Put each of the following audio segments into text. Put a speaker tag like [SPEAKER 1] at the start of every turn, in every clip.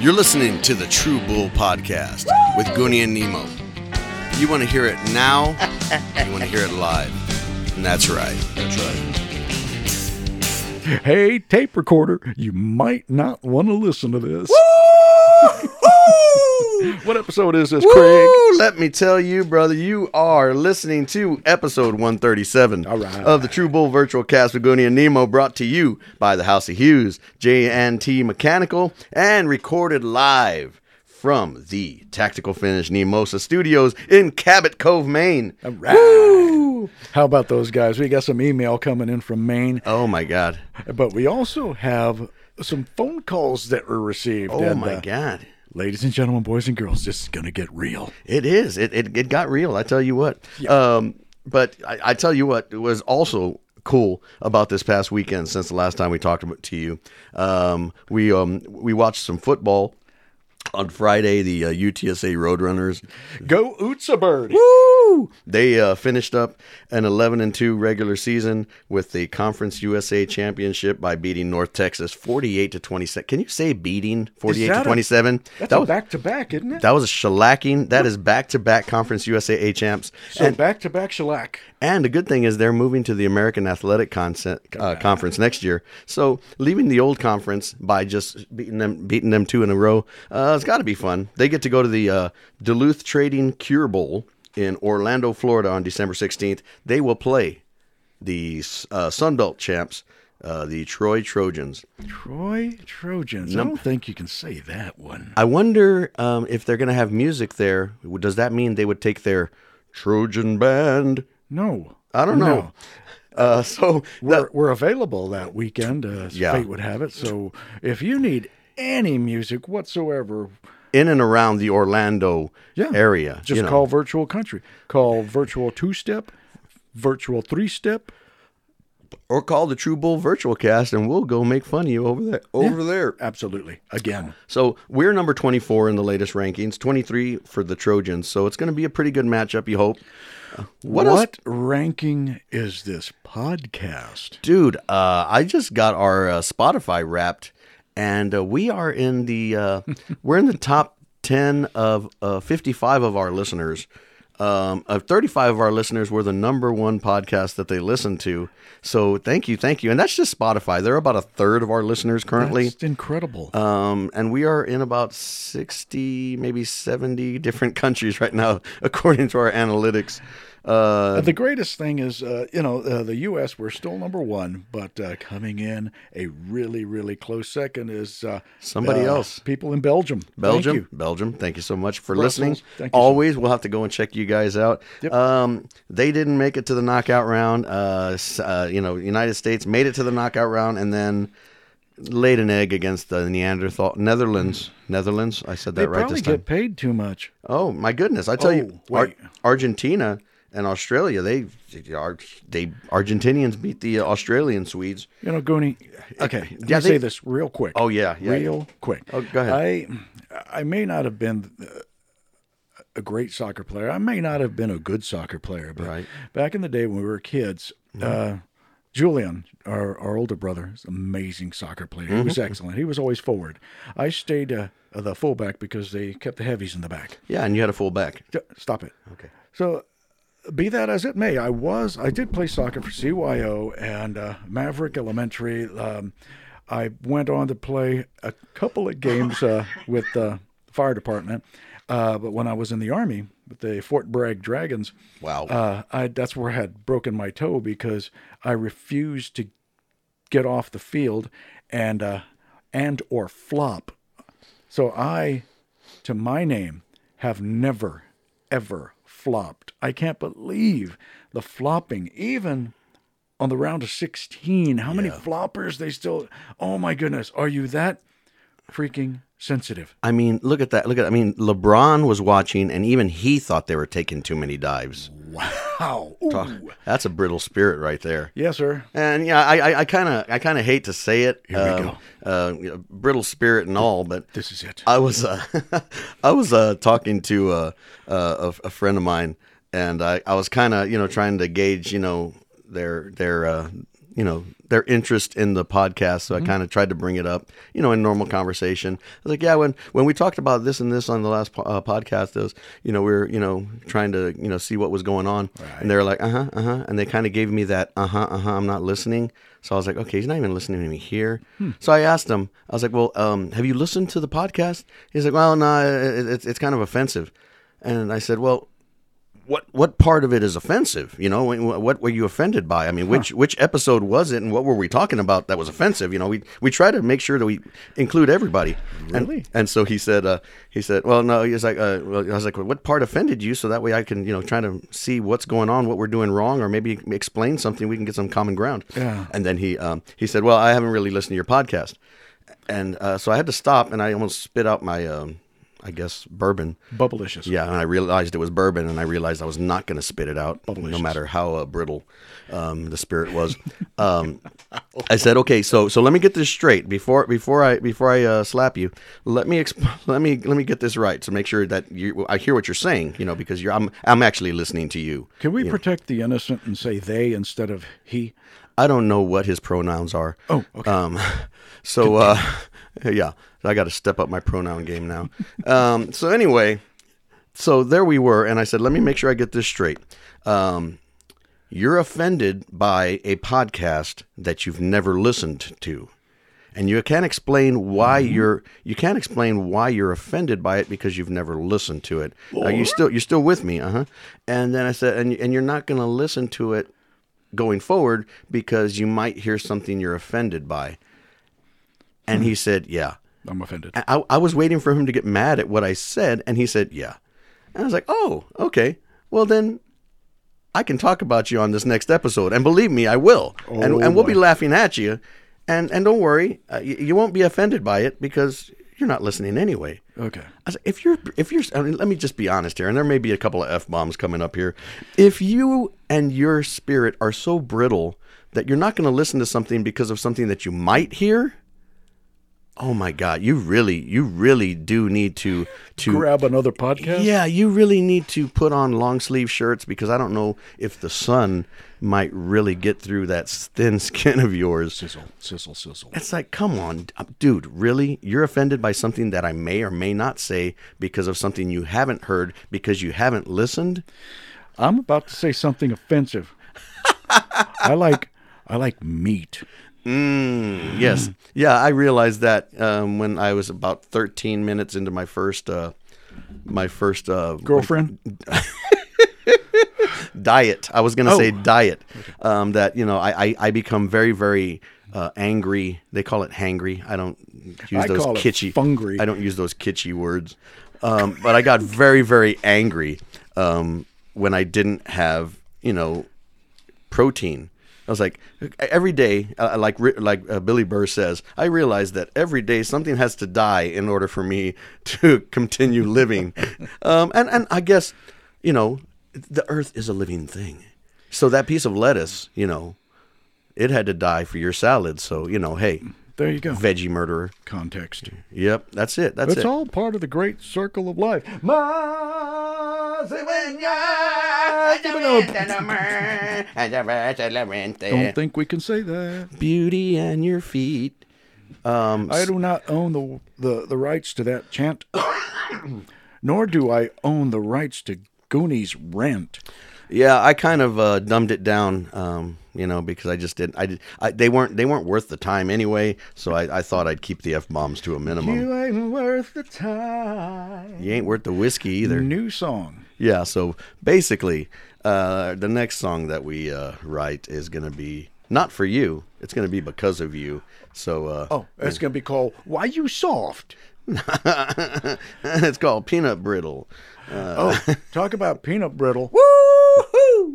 [SPEAKER 1] You're listening to the True Bull Podcast with Goonie and Nemo. You want to hear it now, you want to hear it live. And that's right. That's right.
[SPEAKER 2] Hey, tape recorder, you might not want to listen to this. what episode is this, Craig?
[SPEAKER 1] Woo! Let me tell you, brother, you are listening to episode 137
[SPEAKER 2] All right.
[SPEAKER 1] of the True Bull Virtual Cast with Goonie and Nemo, brought to you by the House of Hughes, J&T Mechanical, and recorded live from the Tactical Finish Nemosa Studios in Cabot Cove, Maine.
[SPEAKER 2] All right. How about those guys? We got some email coming in from Maine,
[SPEAKER 1] Oh, my God.
[SPEAKER 2] but we also have some phone calls that were received.
[SPEAKER 1] Oh,
[SPEAKER 2] and,
[SPEAKER 1] my
[SPEAKER 2] uh,
[SPEAKER 1] God.
[SPEAKER 2] Ladies and gentlemen, boys and girls, this is going to get real.
[SPEAKER 1] It is. It, it, it got real. I tell you what. Um, but I, I tell you what was also cool about this past weekend since the last time we talked about- to you. Um, we um, we watched some football on Friday. The uh, UTSA Roadrunners
[SPEAKER 2] Go Ootsa Bird.
[SPEAKER 1] they uh, finished up an 11 and 2 regular season with the Conference USA Championship by beating North Texas 48 to 27. Can you say beating 48 to
[SPEAKER 2] that a-
[SPEAKER 1] 27?
[SPEAKER 2] That's
[SPEAKER 1] that
[SPEAKER 2] a
[SPEAKER 1] was
[SPEAKER 2] back-to-back, isn't it?
[SPEAKER 1] that was a shellacking. That is back to back Conference USA A champs.
[SPEAKER 2] so back-to-back shellac.
[SPEAKER 1] And the good thing is they're moving to the American Athletic Conce- uh, Conference next year. So leaving the old conference by just beating them, beating them two in a row, uh, it's got to be fun. They get to go to the uh, Duluth Trading Cure Bowl in Orlando, Florida, on December sixteenth. They will play the uh, Sun Belt champs, uh, the Troy Trojans.
[SPEAKER 2] Troy Trojans. I don't think you can say that one.
[SPEAKER 1] I wonder um, if they're going to have music there. Does that mean they would take their Trojan band?
[SPEAKER 2] No.
[SPEAKER 1] I don't know. Uh, so
[SPEAKER 2] We're, we're available that weekend, uh, as
[SPEAKER 1] Yeah.
[SPEAKER 2] fate would have it. So if you need any music whatsoever,
[SPEAKER 1] in and around the Orlando
[SPEAKER 2] Yeah.
[SPEAKER 1] area.
[SPEAKER 2] just
[SPEAKER 1] you know.
[SPEAKER 2] call Virtual Country. Call Virtual Two Step, Virtual Three Step.
[SPEAKER 1] or call the True Bull Virtual Cast, and we'll go make fun of you over there. Over there.
[SPEAKER 2] Absolutely. Again.
[SPEAKER 1] So we're number twenty-four in the latest rankings, twenty-three for the Trojans. So it's going to be a pretty good matchup. You hope. Uh,
[SPEAKER 2] What,
[SPEAKER 1] else,
[SPEAKER 2] ranking is this podcast?
[SPEAKER 1] dude? Uh, I just got our uh, Spotify wrapped, and uh, we are in the uh, we're in the top ten of uh, fifty-five of our listeners. Um, of 35 of our listeners were the number one podcast that they listen to. So thank you. Thank you. And that's just Spotify. They're about a third of our listeners currently.
[SPEAKER 2] It's incredible.
[SPEAKER 1] Um, and we are in about 60, maybe 70 different countries right now, according to our analytics. Uh,
[SPEAKER 2] the greatest thing is, uh, you know, uh, the U.S. We're still number one, but uh, coming in a really, really close second is uh,
[SPEAKER 1] Somebody
[SPEAKER 2] uh,
[SPEAKER 1] else.
[SPEAKER 2] People in Belgium. Thank
[SPEAKER 1] Belgium,
[SPEAKER 2] you.
[SPEAKER 1] Belgium. Thank you so much for
[SPEAKER 2] Brussels,
[SPEAKER 1] listening.
[SPEAKER 2] thank you so
[SPEAKER 1] Always, we'll have to go and check you guys out. Um, they didn't make it to the knockout round. Uh, s- uh, you know, United States made it to the knockout round and then laid an egg against the Neanderthal Netherlands. Netherlands. I said that
[SPEAKER 2] They
[SPEAKER 1] right
[SPEAKER 2] probably
[SPEAKER 1] this time.
[SPEAKER 2] get paid too much.
[SPEAKER 1] Oh my goodness! I tell you,
[SPEAKER 2] Oh,
[SPEAKER 1] Ar-
[SPEAKER 2] wait.
[SPEAKER 1] Argentina and Australia they they, are- they Argentinians beat the Australian Swedes.
[SPEAKER 2] You know, Goonie. Okay, let
[SPEAKER 1] Yeah, they-
[SPEAKER 2] me say this real quick.
[SPEAKER 1] Oh, yeah, yeah.
[SPEAKER 2] real quick.
[SPEAKER 1] Oh, go ahead.
[SPEAKER 2] I I may not have been uh, a great soccer player. I may not have been a good soccer player, but
[SPEAKER 1] Right. Mm-hmm.
[SPEAKER 2] back in the day when we were kids, uh, Julian, our our older brother, is an amazing soccer player. He
[SPEAKER 1] Mm-hmm.
[SPEAKER 2] was excellent. He was always forward. I stayed uh, the fullback because they kept the heavies in the back.
[SPEAKER 1] Yeah, and you had a full back.
[SPEAKER 2] J- Stop it.
[SPEAKER 1] Okay.
[SPEAKER 2] So, be that as it may, I was I did play soccer for CYO and uh, Maverick Elementary. Um, I went on to play a couple of games uh, with the fire department, uh, but when I was in the army with the Fort Bragg Dragons,
[SPEAKER 1] Wow.
[SPEAKER 2] uh, I that's where I had broken my toe because I refused to get off the field and uh, and or flop. So I, to my name, have never ever flopped. I can't believe the flopping, even on the round of sixteen. How many floppers they still? Oh my goodness, are you that freaking sensitive?
[SPEAKER 1] I mean, look at that. Look at. I mean, LeBron was watching, and even he thought they were taking too many dives.
[SPEAKER 2] Wow. Ooh.
[SPEAKER 1] That's a brittle spirit right there.
[SPEAKER 2] Yes, sir.
[SPEAKER 1] And yeah, I- I I kind of I kind of hate to say it. Here
[SPEAKER 2] we go.
[SPEAKER 1] Uh, you know, brittle spirit and all, but
[SPEAKER 2] This is it.
[SPEAKER 1] I was uh, I was uh, talking to uh, uh, a, a friend of mine, and I, I was kind of you know trying to gauge you know their their uh, you know their interest in the podcast, so I kind of tried to bring it up, you know, in normal conversation. I was like, yeah, when when we talked about this and this on the last po- uh, podcast, it was you know we were you know trying to you know see what was going on, and they were like, uh huh, uh huh, and they kind of gave me that uh huh, uh huh, I'm not listening. So I was like, okay, he's not even listening to me here. So I asked him, I was like, well, um, have you listened to the podcast? He's like, well, no, it, it's it's kind of offensive, and I said, well what what part of it is offensive? You know, Wh- what were you offended by? I mean, which which episode was it, and what were we talking about that was offensive? You know, we we try to make sure that we include everybody. Really? And, and so he said, uh, he said, well, no, he was like, uh, well, I was like, well, what part offended you? So that way I can you know try to see what's going on, what we're doing wrong, or maybe explain something we can get some common ground.
[SPEAKER 2] Yeah.
[SPEAKER 1] And then he um, he said, well, I haven't really listened to your podcast, and uh, so I had to stop, and I almost spit out my. Um, I guess bourbon.
[SPEAKER 2] Bubblicious.
[SPEAKER 1] Yeah, and I realized it was bourbon, and I realized I was not going to spit it out, no matter how uh, brittle um, the spirit was. Um, I said, okay, so so let me get this straight before before I before I uh, slap you. Let me exp- let me let me get this right to make sure that you I hear what you're saying, you know, because you're I'm I'm actually listening to you.
[SPEAKER 2] Can we protect the innocent and say they instead of he?
[SPEAKER 1] I don't know what his pronouns are.
[SPEAKER 2] Oh, okay.
[SPEAKER 1] Um, so uh, yeah, I got to step up my pronoun game now. Um, so anyway, so there we were, and I said, let me make sure I get this straight. Um, you're offended by a podcast that you've never listened to, and you can't explain why
[SPEAKER 2] Mm-hmm.
[SPEAKER 1] you're you can't explain why you're offended by it because you've never listened to it. Now, you still you're still with me, uh huh. And then I said, and and you're not going to listen to it going forward because you might hear something you're offended by. And he said, Yeah.
[SPEAKER 2] I'm offended.
[SPEAKER 1] And I, I was waiting for him to get mad at what I said, and he said, Yeah. And I was like, Oh, okay. Well, then I can talk about you on this next episode. And believe me, I will. and, and we'll be laughing at you. And, and don't worry, uh, you, you won't be offended by it because you're not listening anyway.
[SPEAKER 2] Okay.
[SPEAKER 1] I said, if you're, if you're, I mean, let me just be honest here, and there may be a couple of f bombs coming up here. If you and your spirit are so brittle that you're not going to listen to something because of something that you might hear, oh my God, you really, you really do need to to
[SPEAKER 2] Grab another podcast.
[SPEAKER 1] Mm. yeah, you really need to put on long sleeve shirts because I don't know if the sun might really get through that thin skin of yours.
[SPEAKER 2] Sizzle, sizzle, sizzle.
[SPEAKER 1] It's like, come on, uh, dude, really? You're offended by something that I may or may not say because of something you haven't heard because you haven't listened?
[SPEAKER 2] I'm about to say something offensive. I like I like meat.
[SPEAKER 1] Mm, yes. Yeah, I realized that um, when I was about 13 minutes into my first uh, my first uh,
[SPEAKER 2] Girlfriend?
[SPEAKER 1] diet. I was going to say
[SPEAKER 2] Oh.
[SPEAKER 1] diet. Um, that you know, I, I I become very very uh, angry. They call it hangry. I don't use
[SPEAKER 2] I
[SPEAKER 1] those
[SPEAKER 2] call it
[SPEAKER 1] kitschy.
[SPEAKER 2] fungry.
[SPEAKER 1] I don't use those kitschy words. Um, but I got very very angry um, when I didn't have you know protein. I was like, "E-, every day, uh, like ri- like uh, Billy Burr says, I realize that every day something has to die in order for me to continue living. um, and and I guess, you know, the Earth is a living thing, so that piece of lettuce, you know, it had to die for your salad. So you know, hey,
[SPEAKER 2] There you go.
[SPEAKER 1] veggie murderer.
[SPEAKER 2] Context.
[SPEAKER 1] Mm. Yep, that's it. That's
[SPEAKER 2] It's
[SPEAKER 1] it.
[SPEAKER 2] all part of the great circle of life. Don't think we can say that.
[SPEAKER 1] Beauty and your feet. Um,
[SPEAKER 2] I do not own the the, the rights to that chant, nor do I own the rights to Goonies rent.
[SPEAKER 1] Yeah, I kind of uh, dumbed it down, um, you know, because I just didn't. I did. I, they weren't. They weren't worth the time anyway. So I, I thought I'd keep the f bombs to a minimum. You,
[SPEAKER 2] You ain't worth the time.
[SPEAKER 1] ain't worth the whiskey either.
[SPEAKER 2] New song.
[SPEAKER 1] Yeah. So basically, uh, the next song that we uh, write is gonna be not for you. It's gonna be because of you. So uh,
[SPEAKER 2] Oh, it's gonna be called "Why You Soft."
[SPEAKER 1] it's called Peanut Brittle. Uh.
[SPEAKER 2] Oh, talk about peanut brittle.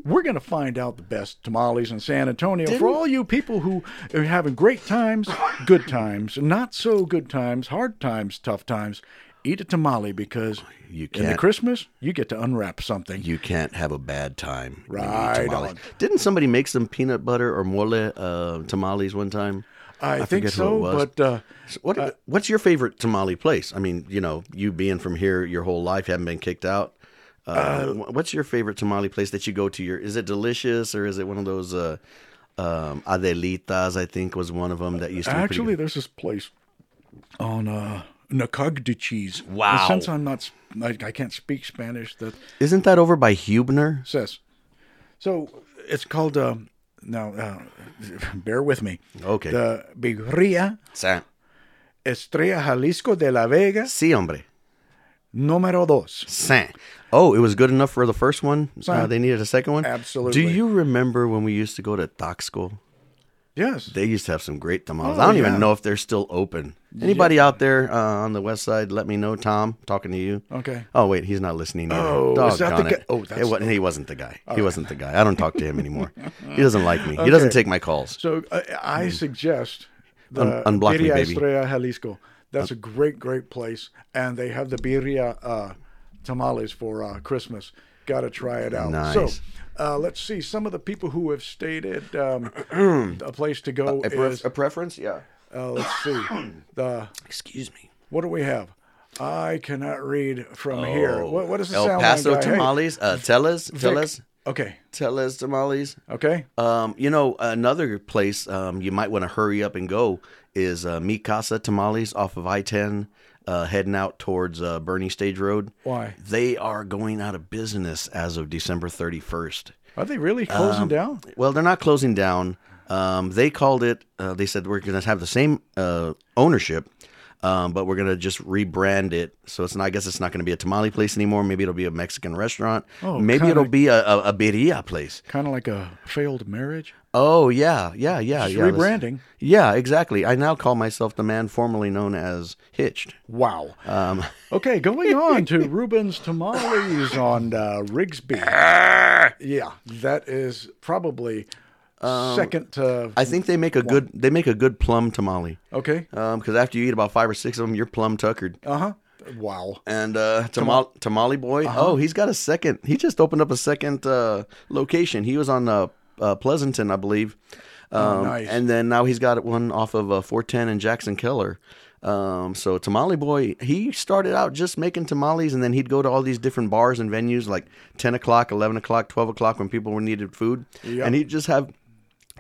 [SPEAKER 2] We're going to find out the best tamales in San Antonio for all you people who are having great times, good times, not so good times, hard times, tough times. Eat a tamale because
[SPEAKER 1] You
[SPEAKER 2] in the
[SPEAKER 1] can't-
[SPEAKER 2] Christmas, you get to unwrap something.
[SPEAKER 1] You can't have a bad time. when you eat
[SPEAKER 2] Right
[SPEAKER 1] tamales.
[SPEAKER 2] on.
[SPEAKER 1] Didn't somebody make some peanut butter or mole uh, tamales one time?
[SPEAKER 2] I, think
[SPEAKER 1] forget who it
[SPEAKER 2] so,
[SPEAKER 1] was.
[SPEAKER 2] but uh,
[SPEAKER 1] So What what's your favorite tamale place? I mean, you know, you being from here your whole life, haven't been kicked out. Uh, wh- what's your favorite tamale place that you go to? Your is it delicious or is it one of those uh, um, Adelitas, I think, was one of them that used to be pretty
[SPEAKER 2] Actually, there's this place on uh, Nacogdoches. And
[SPEAKER 1] Wow.
[SPEAKER 2] Since I'm not, s- I, I can't speak Spanish. That
[SPEAKER 1] good. Isn't that over by Hubner?
[SPEAKER 2] says. So it's called. Um, now, uh, bear with me.
[SPEAKER 1] Okay.
[SPEAKER 2] The Birria
[SPEAKER 1] Sa-
[SPEAKER 2] Estrella Jalisco de la Vega
[SPEAKER 1] Sí, hombre.
[SPEAKER 2] número dos.
[SPEAKER 1] Sa- Oh, it was good enough for the first one. Uh,
[SPEAKER 2] Sa-
[SPEAKER 1] they needed a second one.
[SPEAKER 2] Absolutely.
[SPEAKER 1] Do you remember when we used to go to doc school?
[SPEAKER 2] Yes.
[SPEAKER 1] They used to have some great tamales.
[SPEAKER 2] Oh,
[SPEAKER 1] I don't
[SPEAKER 2] yeah.
[SPEAKER 1] even know if they're still open. Anybody out there uh, on the west side, let me know. Tom, talking to you.
[SPEAKER 2] okay.
[SPEAKER 1] Oh wait, he's not listening. Either.
[SPEAKER 2] Oh,
[SPEAKER 1] Doggone
[SPEAKER 2] is that the
[SPEAKER 1] it.
[SPEAKER 2] guy- oh, that's-
[SPEAKER 1] it wasn't, he wasn't the guy. He wasn't the guy. I don't talk to him anymore. he doesn't like me. He doesn't take my calls.
[SPEAKER 2] So uh, I suggest the
[SPEAKER 1] Mm. Un- unblock me,
[SPEAKER 2] Birria
[SPEAKER 1] baby. Uh,
[SPEAKER 2] Estrella Jalisco. That's a great, great place, and they have the birria uh, tamales for uh, Christmas. Got to try it out. So
[SPEAKER 1] Nice.
[SPEAKER 2] uh, let's see some of the people who have stated um, a place to go
[SPEAKER 1] A, pref-
[SPEAKER 2] is
[SPEAKER 1] a preference? Yeah.
[SPEAKER 2] uh, let's see the
[SPEAKER 1] Excuse me.
[SPEAKER 2] what do we have? I cannot read from here. What, what does it
[SPEAKER 1] Oh, El
[SPEAKER 2] sound
[SPEAKER 1] Paso
[SPEAKER 2] like? guy? Hey,
[SPEAKER 1] tamales. Uh, tell us, tell
[SPEAKER 2] Vic.
[SPEAKER 1] us,
[SPEAKER 2] Okay.
[SPEAKER 1] tell us tamales.
[SPEAKER 2] Okay.
[SPEAKER 1] Um, you know, another place um, you might want to hurry up and go is uh, Mi Casa Tamales off of I 10, uh, heading out towards uh, Bernie Stage Road.
[SPEAKER 2] Why
[SPEAKER 1] They are going out of business as of December 31st.
[SPEAKER 2] are they really
[SPEAKER 1] Um,
[SPEAKER 2] closing down?
[SPEAKER 1] Well, they're not closing down. Um, they called it, uh, they said we're going to have the same uh, ownership, um, but we're going to just rebrand it. So it's not, I guess it's not going to be a tamale place anymore. Maybe it'll be a Mexican restaurant.
[SPEAKER 2] Oh,
[SPEAKER 1] Maybe
[SPEAKER 2] kinda-
[SPEAKER 1] it'll be a, a, a birria place.
[SPEAKER 2] Kind of like a failed marriage.
[SPEAKER 1] Oh, yeah, yeah, yeah.
[SPEAKER 2] It's
[SPEAKER 1] yeah that's-
[SPEAKER 2] rebranding.
[SPEAKER 1] Yeah, exactly. I now call myself the man formerly known as Hitched.
[SPEAKER 2] Wow.
[SPEAKER 1] Um,
[SPEAKER 2] Okay, going on to Ruben's Tamales on uh, Rigsby. Yeah, that is probably second to.
[SPEAKER 1] Um, I think they make a good they make a good plum tamale
[SPEAKER 2] okay.
[SPEAKER 1] because after you eat about five or six of them, you're plum tuckered.
[SPEAKER 2] Uh huh. Wow.
[SPEAKER 1] And uh, tamale, tamale boy, oh, he's got a second. He just opened up a second uh, location. He was on uh, uh, Pleasanton, I believe. Um,
[SPEAKER 2] nice.
[SPEAKER 1] And then now he's got one off of uh, 410 and Jackson Keller. Um, so Tamale Boy, he started out just making tamales, and then he'd go to all these different bars and venues, like 10 o'clock, 11 o'clock, 12 o'clock, when people were needed food, and he'd just have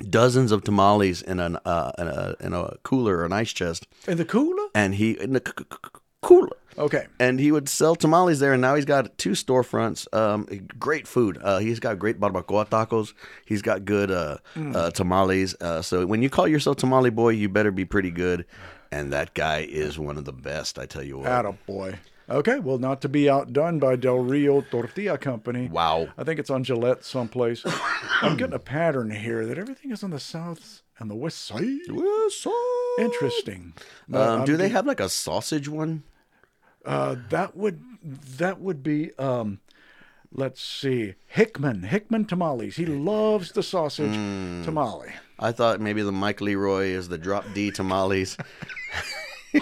[SPEAKER 1] dozens of tamales in an uh, in a, in a cooler or an ice chest,
[SPEAKER 2] And the cooler?
[SPEAKER 1] and he in the c- c- c- cooler
[SPEAKER 2] Okay.
[SPEAKER 1] and he would sell tamales there. And now he's got two storefronts. Um, great food. Uh, he's got great barbacoa tacos. He's got good uh, uh, tamales. Uh, so when you call yourself Tamale Boy, you better be pretty good. And that guy is one of the best. I tell you what.
[SPEAKER 2] Atta boy. Okay, well, not to be outdone by Del Rio Tortilla Company.
[SPEAKER 1] Wow.
[SPEAKER 2] I think it's on Gillette someplace. I'm getting a pattern here that everything is on the south and the west side. Interesting. But
[SPEAKER 1] Um,
[SPEAKER 2] I'm
[SPEAKER 1] do they have like a sausage one?
[SPEAKER 2] Uh, that would that would be um, let's see Hickman Hickman tamales. He loves the sausage
[SPEAKER 1] Mm.
[SPEAKER 2] tamale.
[SPEAKER 1] I thought maybe the Mike Leroy is the drop D tamales.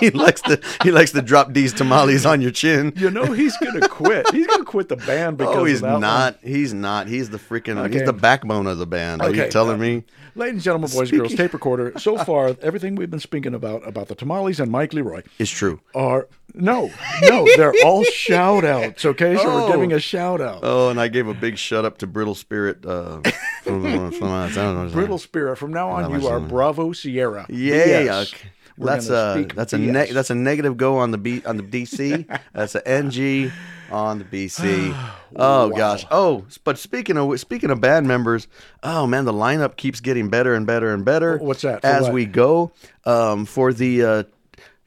[SPEAKER 1] he likes the he likes to drop D's tamales on your chin.
[SPEAKER 2] You know he's gonna quit. he's gonna quit the band because
[SPEAKER 1] Oh,
[SPEAKER 2] of
[SPEAKER 1] he's
[SPEAKER 2] that one.
[SPEAKER 1] not. He's not. He's the freaking.
[SPEAKER 2] Okay.
[SPEAKER 1] He's the backbone of the band. Are
[SPEAKER 2] Okay,
[SPEAKER 1] you telling
[SPEAKER 2] uh,
[SPEAKER 1] me?
[SPEAKER 2] Ladies and gentlemen, boys and girls, tape recorder. So far, everything we've been speaking about about the tamales and Mike Leroy
[SPEAKER 1] It's true.
[SPEAKER 2] are no, no, they're all shout outs. Okay, so
[SPEAKER 1] Oh.
[SPEAKER 2] we're giving a shout out.
[SPEAKER 1] Oh, and I gave a big shut up to Brittle Spirit. Uh, from- from- from- I don't know.
[SPEAKER 2] Brittle Spirit. From now on, you are Bravo Sierra.
[SPEAKER 1] Yeah.
[SPEAKER 2] BS.
[SPEAKER 1] okay.
[SPEAKER 2] We're
[SPEAKER 1] That's
[SPEAKER 2] gonna
[SPEAKER 1] a
[SPEAKER 2] speak
[SPEAKER 1] that's a
[SPEAKER 2] BS.
[SPEAKER 1] neg that's a negative go on the B on the DC. that's a NG on the BC. Oh gosh. Oh, s- but speaking of speaking of band members, oh man, the lineup keeps getting better and better and better.
[SPEAKER 2] What's that? For
[SPEAKER 1] As
[SPEAKER 2] what?
[SPEAKER 1] we go um, for the uh,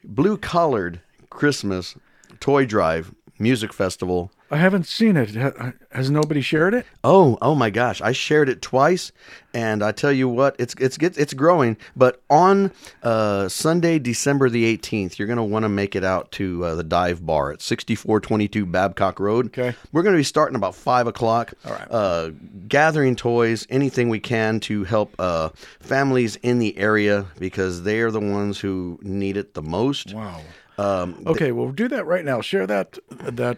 [SPEAKER 1] blue collared Christmas toy drive music festival.
[SPEAKER 2] I haven't seen it. Ha- Has nobody shared it?
[SPEAKER 1] Oh, oh my gosh! I shared it twice, and I tell you what, it's it's it's, it's growing. But on uh, Sunday, December the eighteenth, you're going to want to make it out to uh, the dive bar at sixty four twenty two Babcock Road.
[SPEAKER 2] Okay.
[SPEAKER 1] we're going to be starting about five o'clock. All right, uh, gathering toys, anything we can to help uh, families in the area because they are the ones who need it the most.
[SPEAKER 2] Wow.
[SPEAKER 1] Um,
[SPEAKER 2] Okay, well, do that right now. Share that that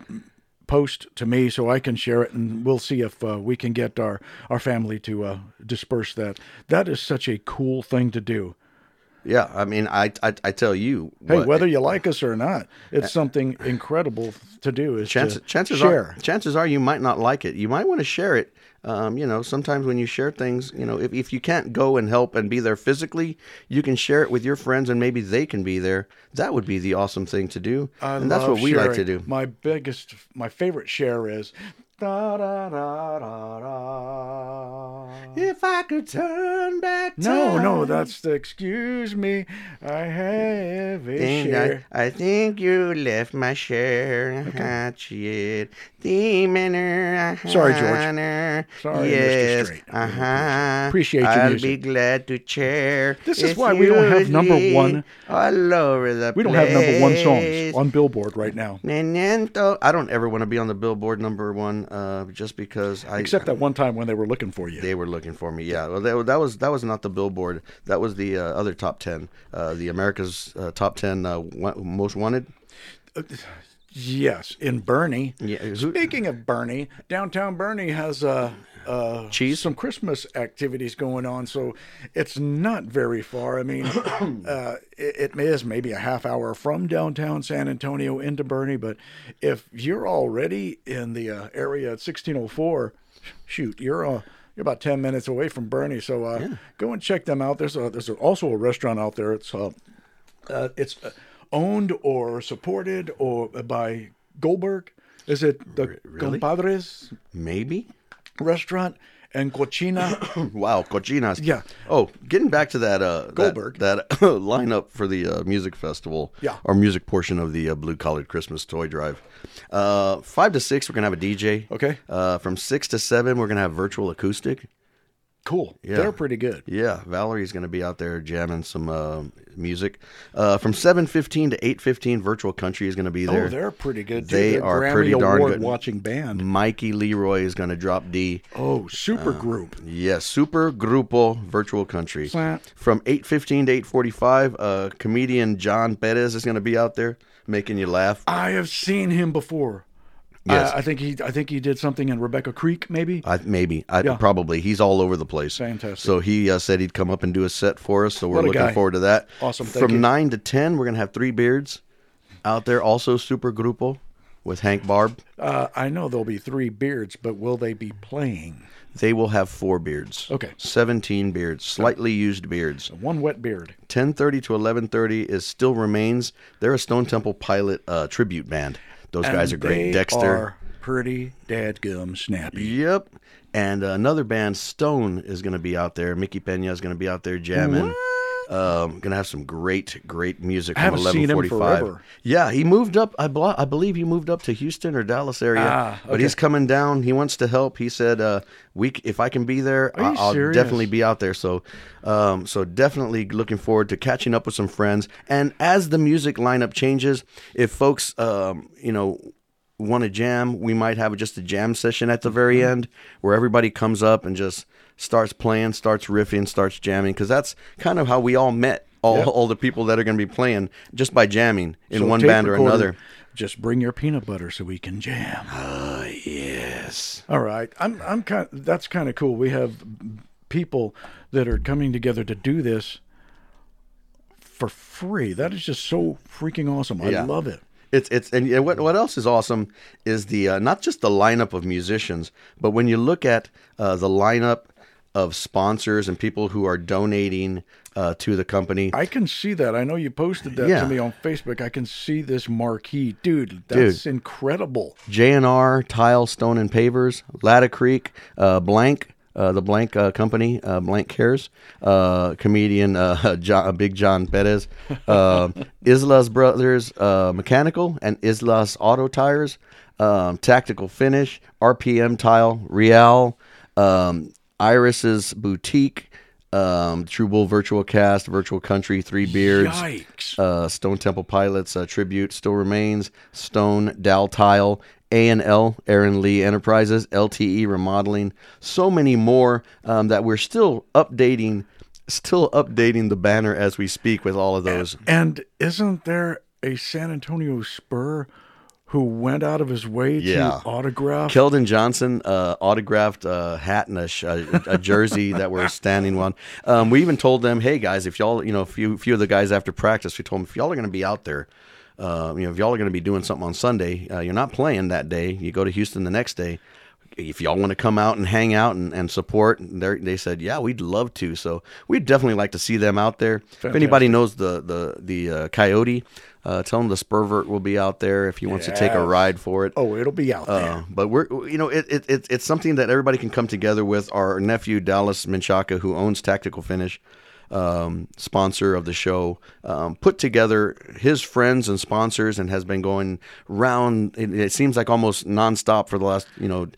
[SPEAKER 2] post to me so I can share it, and we'll see if uh, we can get our our family to uh, disperse that. That is such a cool thing to do.
[SPEAKER 1] Yeah, I mean, I I, I tell you,
[SPEAKER 2] Hey,
[SPEAKER 1] what- Uh,
[SPEAKER 2] whether you like us or not, it's something incredible to do. Is
[SPEAKER 1] chances
[SPEAKER 2] to
[SPEAKER 1] chances
[SPEAKER 2] share.
[SPEAKER 1] are chances are you might not like it. You might want to share it. Um, you know, sometimes when you share things, you know, if, if you can't go and help and be there physically, you can share it with your friends and maybe they can be there. That would be the awesome thing to do,
[SPEAKER 2] I
[SPEAKER 1] and that's
[SPEAKER 2] love
[SPEAKER 1] what we like to do.
[SPEAKER 2] sharing. My biggest, my favorite share is. Da, da, da, da, da.
[SPEAKER 1] If I could turn back,
[SPEAKER 2] No, no,
[SPEAKER 1] time,
[SPEAKER 2] that's the excuse me. I have a
[SPEAKER 1] think
[SPEAKER 2] share.
[SPEAKER 1] I, I think you left my share in a hot shit. Demon
[SPEAKER 2] Sorry, George. Sorry, Mr.
[SPEAKER 1] yes,
[SPEAKER 2] Straight. I really
[SPEAKER 1] Uh-huh.
[SPEAKER 2] appreciate your
[SPEAKER 1] I'll
[SPEAKER 2] music.
[SPEAKER 1] be glad to share.
[SPEAKER 2] This is
[SPEAKER 1] if
[SPEAKER 2] why we don't
[SPEAKER 1] you
[SPEAKER 2] have
[SPEAKER 1] would
[SPEAKER 2] number
[SPEAKER 1] leave
[SPEAKER 2] one.
[SPEAKER 1] All over the
[SPEAKER 2] We don't have number one
[SPEAKER 1] place.
[SPEAKER 2] songs on Billboard right now,
[SPEAKER 1] Memento. I don't ever want to be on the Billboard number one, uh, just because I
[SPEAKER 2] except that one time when they were looking for you.
[SPEAKER 1] they were looking for me. Yeah, well, that, that was that was not the Billboard. That was the uh, other top ten, uh, the America's uh, top ten uh, wa- most wanted.
[SPEAKER 2] Yes, in Bernie.
[SPEAKER 1] Yeah, who-
[SPEAKER 2] Speaking of Bernie, downtown Bernie has uh, uh,
[SPEAKER 1] Cheese?
[SPEAKER 2] some Christmas activities going on, so it's not very far. I mean, uh, it, it is maybe a half hour from downtown San Antonio into Bernie, but if you're already in the uh, area at 1604, shoot, you're uh, you're about 10 minutes away from Bernie, so uh, go and check them out. There's a, there's also a restaurant out there. It's uh, uh, it's uh, owned or supported or uh, by Goldberg. Is it the
[SPEAKER 1] really?
[SPEAKER 2] Compadres
[SPEAKER 1] maybe.
[SPEAKER 2] restaurant and Cochina?
[SPEAKER 1] wow, cochinas.
[SPEAKER 2] Yeah.
[SPEAKER 1] Oh, getting back to that uh, that-
[SPEAKER 2] Goldberg.
[SPEAKER 1] that, lineup for the uh, music festival.
[SPEAKER 2] Yeah.
[SPEAKER 1] Our music portion of the uh, blue collared Christmas toy drive. Uh, five to six, we're gonna have a DJ.
[SPEAKER 2] Okay.
[SPEAKER 1] Uh, from six to seven, we're gonna have virtual acoustic.
[SPEAKER 2] cool. They're pretty good.
[SPEAKER 1] Yeah, Valerie's going to be out there jamming some uh, music. Uh, from seven fifteen to eight fifteen, Virtual Country is going to be there.
[SPEAKER 2] Oh, they're pretty good. too.
[SPEAKER 1] They
[SPEAKER 2] They're
[SPEAKER 1] are
[SPEAKER 2] Grammy
[SPEAKER 1] pretty darn
[SPEAKER 2] award
[SPEAKER 1] good. Mm.
[SPEAKER 2] watching band.
[SPEAKER 1] Mikey Leroy is going to drop D.
[SPEAKER 2] Oh, super
[SPEAKER 1] Uh,
[SPEAKER 2] group.
[SPEAKER 1] Yes, Super Grupo Virtual Country.
[SPEAKER 2] Slap.
[SPEAKER 1] From eight fifteen to eight forty five, uh, comedian John Perez is going to be out there making you laugh.
[SPEAKER 2] I have seen him before. Uh,
[SPEAKER 1] Yes. Uh,
[SPEAKER 2] I, I think he I think he did something in Rebecca Creek maybe.
[SPEAKER 1] I, maybe, I,
[SPEAKER 2] Yeah.
[SPEAKER 1] probably. He's all over the place.
[SPEAKER 2] Fantastic.
[SPEAKER 1] So he uh, said he'd come up and do a set for us. So we're
[SPEAKER 2] What a
[SPEAKER 1] looking
[SPEAKER 2] guy.
[SPEAKER 1] forward to that.
[SPEAKER 2] Awesome, thank
[SPEAKER 1] From
[SPEAKER 2] you.
[SPEAKER 1] nine to ten, we're gonna have three beards out there. Also, Super Grupo with Hank Barb.
[SPEAKER 2] Uh, I know there'll be three beards, but will they be playing?
[SPEAKER 1] They will have four beards.
[SPEAKER 2] Okay.
[SPEAKER 1] Seventeen beards, slightly used beards.
[SPEAKER 2] One wet beard.
[SPEAKER 1] 10:30 to 11:30 is still remains. They're a Stone Temple Pilot uh, tribute band. Those guys are
[SPEAKER 2] And
[SPEAKER 1] great.
[SPEAKER 2] they
[SPEAKER 1] Dexter.
[SPEAKER 2] are pretty dadgum snappy.
[SPEAKER 1] Yep. And uh, another band, Stone, is going to be out there. Mickey Pena is going to be out there jamming. Um, going to have some great, great music.
[SPEAKER 2] I
[SPEAKER 1] from
[SPEAKER 2] haven't seen him
[SPEAKER 1] 11:45.
[SPEAKER 2] forever.
[SPEAKER 1] Yeah, he moved up. I, blo- I believe he moved up to Houston or Dallas area.
[SPEAKER 2] Ah,
[SPEAKER 1] But he's coming down. He wants to help. He said, uh, "We, c- if I can be there, I-
[SPEAKER 2] you
[SPEAKER 1] I'll
[SPEAKER 2] serious?
[SPEAKER 1] definitely be out there." So, um, so definitely looking forward to catching up with some friends. And as the music lineup changes, if folks, um, you know, want to jam, we might have just a jam session at the very
[SPEAKER 2] Mm-hmm.
[SPEAKER 1] end where everybody comes up and just starts playing, starts riffing, starts jamming because that's kind of how we all met. All, all the people that are going to be playing just by jamming in
[SPEAKER 2] So
[SPEAKER 1] one
[SPEAKER 2] tape
[SPEAKER 1] band or
[SPEAKER 2] recorder,
[SPEAKER 1] another.
[SPEAKER 2] Just bring your peanut butter so we can jam.
[SPEAKER 1] Ah, Yes.
[SPEAKER 2] All right, I'm I'm kind. That's kind of cool. We have people that are coming together to do this for free. That is just so freaking awesome. I
[SPEAKER 1] Yeah.
[SPEAKER 2] love it.
[SPEAKER 1] It's it's and yeah, what what else is awesome is the uh, not just the lineup of musicians, but when you look at uh, the lineup of sponsors and people who are donating uh, to the company.
[SPEAKER 2] I can see that. I know you posted that
[SPEAKER 1] Yeah.
[SPEAKER 2] to me on Facebook. I can see this marquee, dude. That's incredible.
[SPEAKER 1] JNR Tile Stone and Pavers, Latta Creek, uh, Blank, uh, the Blank uh, Company, uh, Blank Cares, uh, comedian uh, John, Big John Perez, uh, Isla's Brothers uh, Mechanical, and Isla's Auto Tires, um, Tactical Finish, RPM Tile, Real, um, Iris's Boutique, um, True Bull Virtual Cast, Virtual Country, Three Beards
[SPEAKER 2] Yikes!
[SPEAKER 1] uh, Stone Temple Pilots uh, tribute still remains. Stone Dow Tile, A and L, Aaron Lee Enterprises, LTE Remodeling, so many more um, that we're still updating, still updating the banner as we speak with all of those.
[SPEAKER 2] and isn't there a San Antonio Spur who went out of his way
[SPEAKER 1] Yeah.
[SPEAKER 2] to autograph.
[SPEAKER 1] Keldon Johnson uh, autographed a hat and a, sh- a, a jersey that we're standing on. Um, we even told them, hey guys, if y'all, you know, a few, few of the guys after practice, we told them if y'all are going to be out there, uh, you know, if y'all are going to be doing something on Sunday, uh, you're not playing that day. You go to Houston the next day. If y'all want to come out and hang out and, and support, and they're- they said, yeah, we'd love to. So we'd definitely like to see them out there. If anybody knows the the the uh, Coyote, uh, tell him the Spurvert will be out there if he wants to take a
[SPEAKER 2] Yes.
[SPEAKER 1] ride for it.
[SPEAKER 2] oh, it'll be out there.
[SPEAKER 1] Uh, but we're you know it, it, it it's something that everybody can come together with. Our nephew Dallas Menchaca, who owns Tactical Finish, um, sponsor of the show, um, put together his friends and sponsors, and has been going round. It, it seems like almost nonstop for the last you know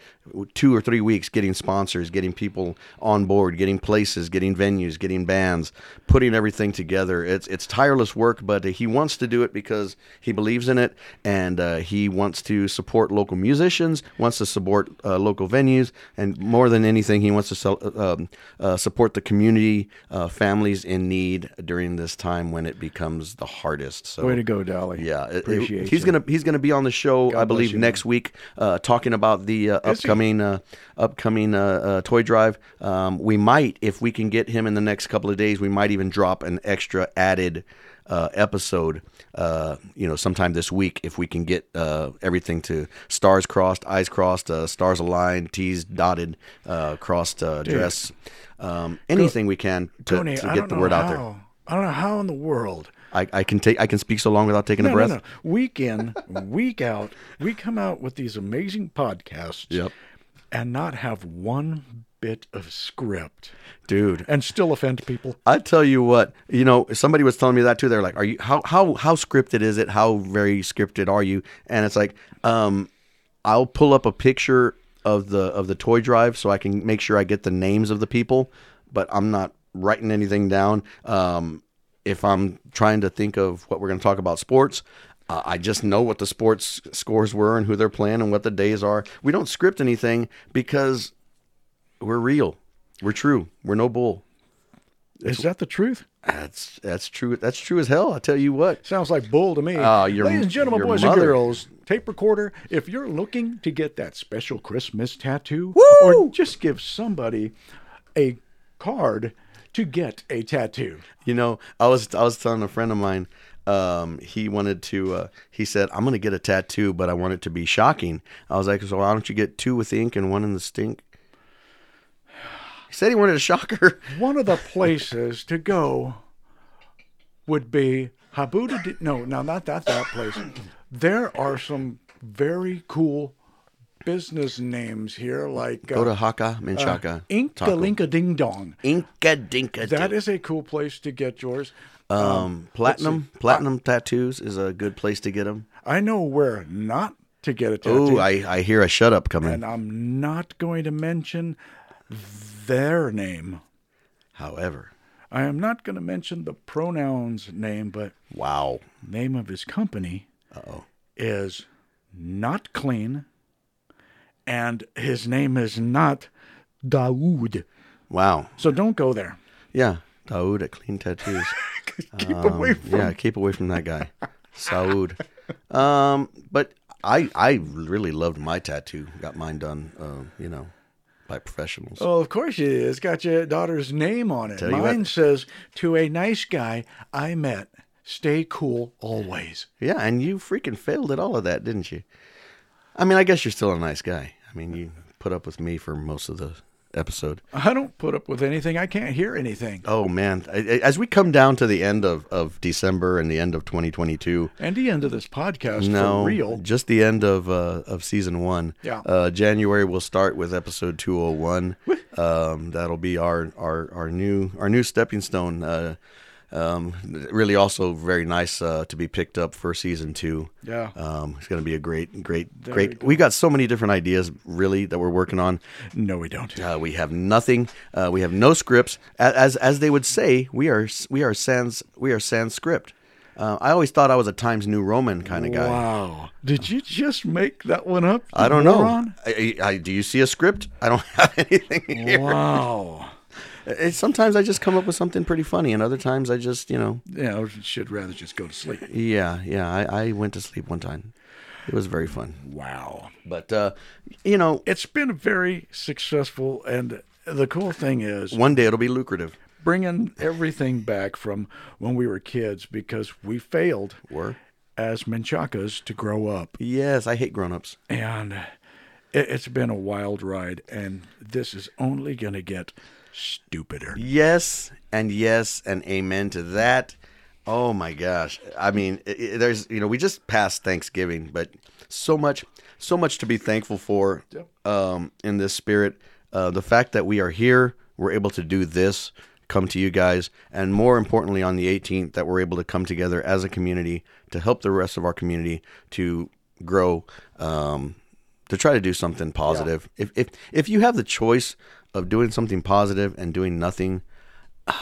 [SPEAKER 1] two or three weeks, getting sponsors, getting people on board, getting places, getting venues, getting bands, putting everything together. It's it's tireless work, but he wants to do it because he believes in it, and uh, he wants to support local musicians, wants to support uh, local venues, and more than anything, he wants to sell, uh, um, uh, support the community, uh, families in need during this time when it becomes the hardest. So
[SPEAKER 2] Way to go, Dolly.
[SPEAKER 1] Um, yeah, it- it-
[SPEAKER 2] appreciate
[SPEAKER 1] he's
[SPEAKER 2] you.
[SPEAKER 1] gonna he's gonna be on the show, I
[SPEAKER 2] bless
[SPEAKER 1] believe,
[SPEAKER 2] you,
[SPEAKER 1] next week, uh, talking about the uh, upcoming uh, upcoming uh, uh, toy drive. Um, we might, if we can get him in the next couple of days, we might even drop an extra added uh, episode. Uh, you know, sometime this week, if we can get uh, everything to stars crossed, eyes crossed, uh, stars aligned, T's dotted, uh, crossed uh, dress, um, anything we can to,
[SPEAKER 2] Tony,
[SPEAKER 1] to
[SPEAKER 2] I
[SPEAKER 1] get
[SPEAKER 2] don't
[SPEAKER 1] the
[SPEAKER 2] know
[SPEAKER 1] word
[SPEAKER 2] how,
[SPEAKER 1] out there.
[SPEAKER 2] I don't know how in the world.
[SPEAKER 1] I, I can take I can speak so long without taking a
[SPEAKER 2] No, no,
[SPEAKER 1] breath.
[SPEAKER 2] no. Week in, week out, we come out with these amazing podcasts
[SPEAKER 1] Yep.
[SPEAKER 2] and not have one bit of script
[SPEAKER 1] Dude,
[SPEAKER 2] and still offend people.
[SPEAKER 1] I tell you what, you know, somebody was telling me that too. They're like, "Are you how how how scripted is it? How very scripted are you?" And it's like, um, I'll pull up a picture of the of the toy drive so I can make sure I get the names of the people, but I'm not writing anything down. Um, if I'm trying to think of what we're going to talk about sports, uh, I just know what the sports scores were and who they're playing and what the days are. We don't script anything because we're real, we're true, we're no bull.
[SPEAKER 2] Is that the truth?
[SPEAKER 1] That's that's true. That's true as hell. I tell you what.
[SPEAKER 2] Sounds like bull to me.
[SPEAKER 1] Ah, your-
[SPEAKER 2] Ladies and gentlemen,
[SPEAKER 1] your
[SPEAKER 2] boys
[SPEAKER 1] mother.
[SPEAKER 2] and girls, tape recorder, if you're looking to get that special Christmas tattoo, or just give somebody a card to get a tattoo.
[SPEAKER 1] You know, I was I was telling a friend of mine. Um, he wanted to. Uh, he said, "I'm gonna get a tattoo, but I want it to be shocking." I was like, "So why don't you get two with ink and one in the stink?" He said he wanted a shocker.
[SPEAKER 2] One of the places to go would be Habuda. Di- no, no, not that that place. There are some very cool business names here, like
[SPEAKER 1] Go
[SPEAKER 2] uh,
[SPEAKER 1] to Haka Minshaka.
[SPEAKER 2] Inka Linka Ding Dong.
[SPEAKER 1] Inka Dinka.
[SPEAKER 2] Uh, That
[SPEAKER 1] Dink.
[SPEAKER 2] is a cool place to get yours.
[SPEAKER 1] Um, platinum platinum tattoos is a good place to get them.
[SPEAKER 2] I know where not to get a
[SPEAKER 1] Oh,
[SPEAKER 2] tattoo,
[SPEAKER 1] I I hear a shut up coming.
[SPEAKER 2] and I'm not going to mention their name.
[SPEAKER 1] However,
[SPEAKER 2] I am not going to mention the pronouns name, but
[SPEAKER 1] wow.
[SPEAKER 2] name of his company
[SPEAKER 1] Uh oh.
[SPEAKER 2] is not clean, and his name is not Dawood.
[SPEAKER 1] Wow.
[SPEAKER 2] So don't go there.
[SPEAKER 1] Yeah, Daoud at Clean Tattoos.
[SPEAKER 2] Keep away
[SPEAKER 1] Um, yeah, keep away from that guy, Saud. Um, but I I really loved my tattoo. Got mine done, um, you know, by professionals.
[SPEAKER 2] Well, Oh, of course it is. It's got your daughter's name on it.
[SPEAKER 1] you what.
[SPEAKER 2] Mine says, To a nice guy I met, stay cool always.
[SPEAKER 1] Yeah, and you freaking failed at all of that, didn't you? I mean, I guess you're still a nice guy. I mean, you put up with me for most of the episode.
[SPEAKER 2] I don't put up with anything. I can't hear anything.
[SPEAKER 1] Oh man, I- I- as we come down to the end of of December and the end of 2022.
[SPEAKER 2] And the end of this podcast
[SPEAKER 1] No,
[SPEAKER 2] for real.
[SPEAKER 1] just the end of uh, of season one.
[SPEAKER 2] Yeah.
[SPEAKER 1] Uh, January we'll start with episode two hundred one. um, that'll be our, our our new our new stepping stone. Uh, um, really, also very nice uh, to be picked up for season two.
[SPEAKER 2] Yeah.
[SPEAKER 1] Um, it's going to be a great, great, great. We got so many different ideas, really, that we're working on.
[SPEAKER 2] No, we don't.
[SPEAKER 1] Uh, we have nothing. Uh, we have no scripts. A- As as they would say, we are we are sans we are sans script. Uh, I always thought I was a Times New Roman kind of guy.
[SPEAKER 2] Wow. Did you just make that one up? you
[SPEAKER 1] I don't know.
[SPEAKER 2] moron?
[SPEAKER 1] I, I, I- do you see a script? I don't have anything here.
[SPEAKER 2] Wow.
[SPEAKER 1] It- sometimes I just come up with something pretty funny, and other times I just, you know,
[SPEAKER 2] Yeah, I should rather just go to sleep.
[SPEAKER 1] yeah, yeah. I, I went to sleep one time. It was very fun.
[SPEAKER 2] Wow.
[SPEAKER 1] But uh, you know,
[SPEAKER 2] It's been very successful. And the cool thing is
[SPEAKER 1] one day it'll be lucrative.
[SPEAKER 2] bringing everything back from when we were kids because we failed
[SPEAKER 1] Were
[SPEAKER 2] as Menchakas to grow up.
[SPEAKER 1] yes, I hate grown-ups.
[SPEAKER 2] And it, it's been a wild ride. And this is only going to get stupider.
[SPEAKER 1] Yes, and yes, and amen to that. Oh my gosh! I mean, i i there's you know we just passed Thanksgiving, but so much, so much to be thankful for um, in this spirit. Uh, the fact that we are here, we're able to do this, come to you guys, and more importantly, on the 18th, that we're able to come together as a community to help the rest of our community to grow. Um, to try to do something positive. If, if if you have the choice of doing something positive and doing nothing,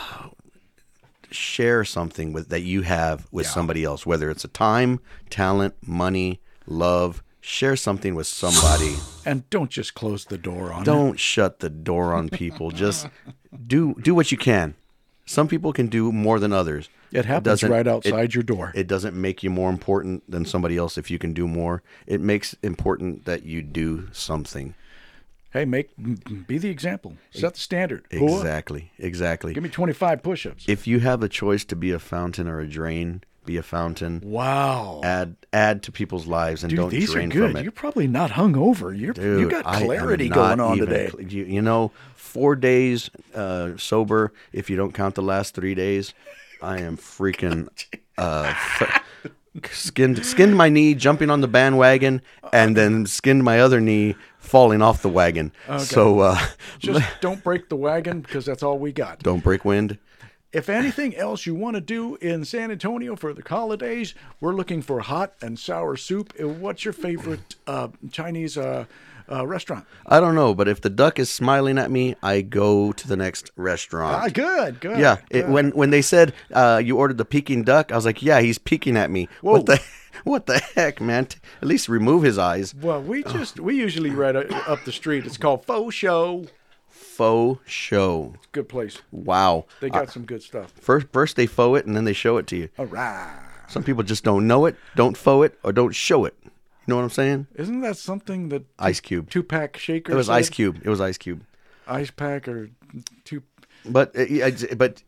[SPEAKER 1] share something with that you have with somebody else, whether it's a time, talent, money, love. Share something with somebody.
[SPEAKER 2] And don't just close the door on it.
[SPEAKER 1] Don't shut the door on people. Just do do what you can. Some people can do more than others.
[SPEAKER 2] It happens
[SPEAKER 1] doesn't-
[SPEAKER 2] right
[SPEAKER 1] it-
[SPEAKER 2] outside your door.
[SPEAKER 1] It doesn't make you more important than somebody else if you can do more. It makes important that you do something.
[SPEAKER 2] hey, make be the example. Set the standard. Hua,
[SPEAKER 1] Exactly. Exactly.
[SPEAKER 2] Give me 25 push-ups.
[SPEAKER 1] if you have a choice to be a fountain or a drain, be a fountain.
[SPEAKER 2] Wow.
[SPEAKER 1] Add add to people's lives and
[SPEAKER 2] Dude,
[SPEAKER 1] don't
[SPEAKER 2] these are
[SPEAKER 1] drain
[SPEAKER 2] good.
[SPEAKER 1] from
[SPEAKER 2] You're
[SPEAKER 1] it.
[SPEAKER 2] probably not hungover. You're you
[SPEAKER 1] Dude,
[SPEAKER 2] got
[SPEAKER 1] I am
[SPEAKER 2] clarity
[SPEAKER 1] not
[SPEAKER 2] going on
[SPEAKER 1] even
[SPEAKER 2] today.
[SPEAKER 1] cl- You, you know, four days uh, sober. If you don't count the last three days, I am freaking uh, f- skinned skinned my knee, jumping on the bandwagon, and then skinned my other knee, falling off the wagon. So uh,
[SPEAKER 2] Just don't break the wagon because that's all we got.
[SPEAKER 1] don't break wind.
[SPEAKER 2] If anything else you want to do in San Antonio for the holidays, we're looking for hot and sour soup. Uh, What's your favorite uh, Chinese uh, uh, restaurant?
[SPEAKER 1] I don't know, but if the duck is smiling at me, I go to the next restaurant.
[SPEAKER 2] Ah, good, good.
[SPEAKER 1] Yeah, it, when when they said uh, you ordered the Peking duck, I was like, yeah, he's peeking at me.
[SPEAKER 2] Whoa.
[SPEAKER 1] What the what the heck, man? T- At least remove his eyes.
[SPEAKER 2] Well, we just we usually right uh, up the street. It's called Faux Show.
[SPEAKER 1] Faux show.
[SPEAKER 2] Good place.
[SPEAKER 1] Wow.
[SPEAKER 2] They got some good stuff.
[SPEAKER 1] First, first they faux it, and then they show it to you.
[SPEAKER 2] All right.
[SPEAKER 1] Some people just don't know it, don't faux it, or don't show it. You know what I'm saying?
[SPEAKER 2] Isn't that something that
[SPEAKER 1] Ice Cube.
[SPEAKER 2] Tupac Shaker?
[SPEAKER 1] It was
[SPEAKER 2] said?
[SPEAKER 1] Ice Cube. It was Ice Cube.
[SPEAKER 2] Ice Pack or two.
[SPEAKER 1] But uh, yeah, I- but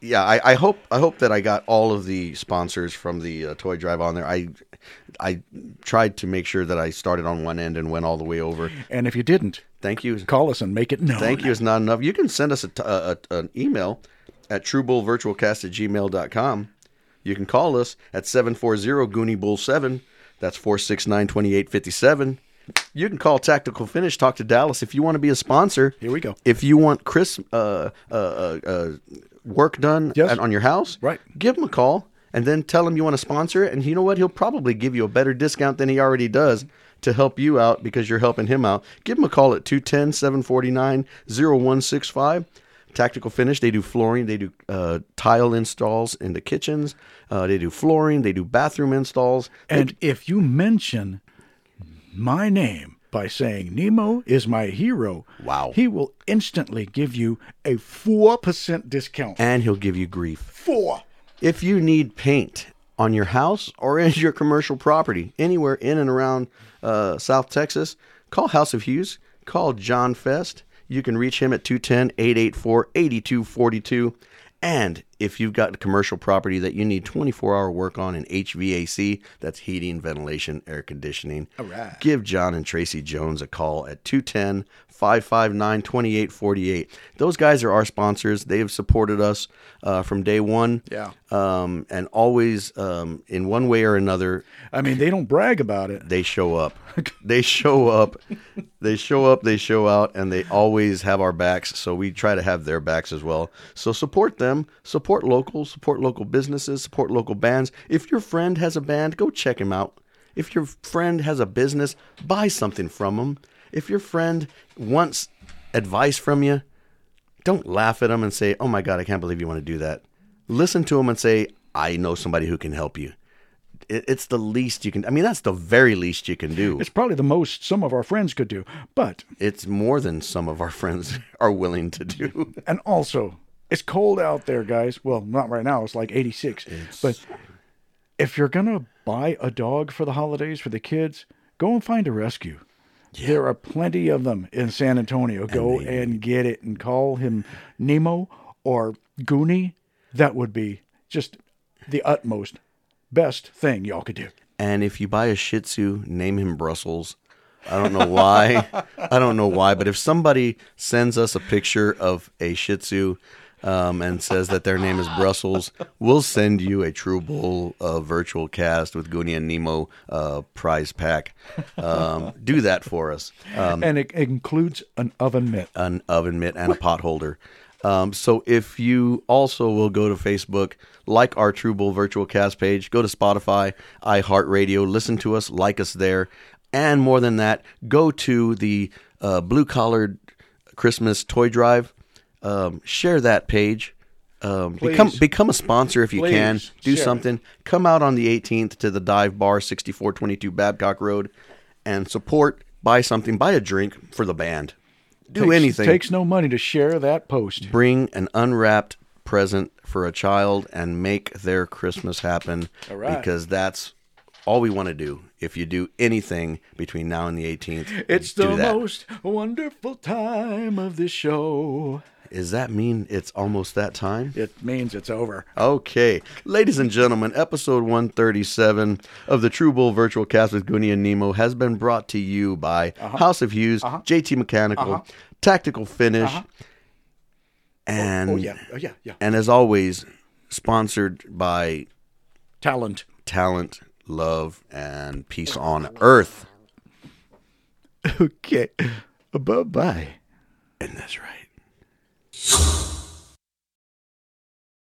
[SPEAKER 1] yeah, I, I hope I hope that I got all of the sponsors from the uh, toy drive on there. I I tried to make sure that I started on one end and went all the way over.
[SPEAKER 2] And if you didn't,
[SPEAKER 1] Thank you.
[SPEAKER 2] call us and make it known.
[SPEAKER 1] Thank you is not enough. You can send us a t- a- a- an email at truebullvirtualcast at gmail.com. You can call us at 740-GOONY-BULL-7. That's 469-2857. You can call Tactical Finish, talk to Dallas. If you want to be a sponsor,
[SPEAKER 2] Here we go.
[SPEAKER 1] If you want Chris uh, uh, uh, uh, work done
[SPEAKER 2] Yes.
[SPEAKER 1] at- on your house,
[SPEAKER 2] Right.
[SPEAKER 1] give him a call and then tell him you want to sponsor it. And you know what? He'll probably give you a better discount than he already does to help you out because you're helping him out. Give him a call at 210 749 0165. Tactical Finish, they do flooring, they do uh, tile installs in the kitchens, uh, they do flooring, they do bathroom installs.
[SPEAKER 2] And if you mention my name by saying Nemo is my hero,
[SPEAKER 1] Wow.
[SPEAKER 2] he will instantly give you a four percent discount.
[SPEAKER 1] And he'll give you grief.
[SPEAKER 2] Four.
[SPEAKER 1] If you need paint on your house or in your commercial property, anywhere in and around uh, South Texas, call House of Hughes. Call John Fest. You can reach him at 210 884 8242. And if you've got a commercial property that you need 24 hour work on in HVAC, that's heating, ventilation, air conditioning, All
[SPEAKER 2] right.
[SPEAKER 1] give John and Tracy Jones a call at 210 559 2848. Those guys are our sponsors. They have supported us uh, from day one
[SPEAKER 2] Yeah.
[SPEAKER 1] um, and always um, in one way or another
[SPEAKER 2] I mean, they don't brag about it.
[SPEAKER 1] they show up they show up they show up they show out and they always have our backs so we try to have their backs as well so support them support local support local businesses support local bands if your friend has a band go check him out if your friend has a business buy something from him if your friend wants advice from you don't laugh at them and say, "Oh my God, I can't believe you want to do that." Listen to them and say, "I know somebody who can help you." It, it's the least you can. I mean, that's the very least you can do.
[SPEAKER 2] It's probably the most some of our friends could do, but
[SPEAKER 1] It's more than some of our friends are willing to do.
[SPEAKER 2] and also it's cold out there, guys. Well, not right now. It's like 86, but if you're gonna buy a dog for the holidays for the kids, go and find a rescue. There are plenty of them in San Antonio. Go and, get it and call him Nemo or Goonie. That would be just the utmost best thing y'all could do.
[SPEAKER 1] And if you buy a Shih Tzu, name him Brussels. I don't know why. I don't know why, but if somebody sends us a picture of a Shih Tzu um, and says that their name is Brussels, we'll send you a True Bull uh, virtual cast with Goonie and Nemo uh, prize pack. Um, do that for us.
[SPEAKER 2] and it includes an oven mitt.
[SPEAKER 1] an oven mitt and a pot holder. Um, so if you also will go to Facebook, like our True Bull Virtual Cast page, go to Spotify, iHeartRadio, listen to us, like us there, and more than that, go to the uh, Blue Collared Christmas Toy Drive. Um, share that page. Um, become become a sponsor if you can.
[SPEAKER 2] Please,
[SPEAKER 1] Do
[SPEAKER 2] share it.
[SPEAKER 1] something. Come out on the 18th to the Dive Bar, 6422 Babcock Road, and support. Buy something. Buy a drink for the band. Do
[SPEAKER 2] Takes-
[SPEAKER 1] anything
[SPEAKER 2] Takes no money to share that post.
[SPEAKER 1] bring an unwrapped present for a child and make their Christmas happen
[SPEAKER 2] All right.
[SPEAKER 1] because that's all we want to do. If you do anything between now and the 18th,
[SPEAKER 2] It's
[SPEAKER 1] do
[SPEAKER 2] the
[SPEAKER 1] that.
[SPEAKER 2] most wonderful time of the show.
[SPEAKER 1] Does that mean it's almost that time?
[SPEAKER 2] It means it's over.
[SPEAKER 1] Okay, ladies and gentlemen, episode 137 of the True Bull Virtual Cast with Goonie and Nemo has been brought to you by
[SPEAKER 2] Uh-huh.
[SPEAKER 1] House of Hughes, JT Mechanical, Tactical Finish, and
[SPEAKER 2] Uh-huh. Oh yeah, oh yeah, yeah.
[SPEAKER 1] and as always, sponsored by
[SPEAKER 2] Talent.
[SPEAKER 1] talent, love, and
[SPEAKER 2] Oh,
[SPEAKER 1] peace on earth.
[SPEAKER 2] Okay. Bye bye.
[SPEAKER 1] And that's right.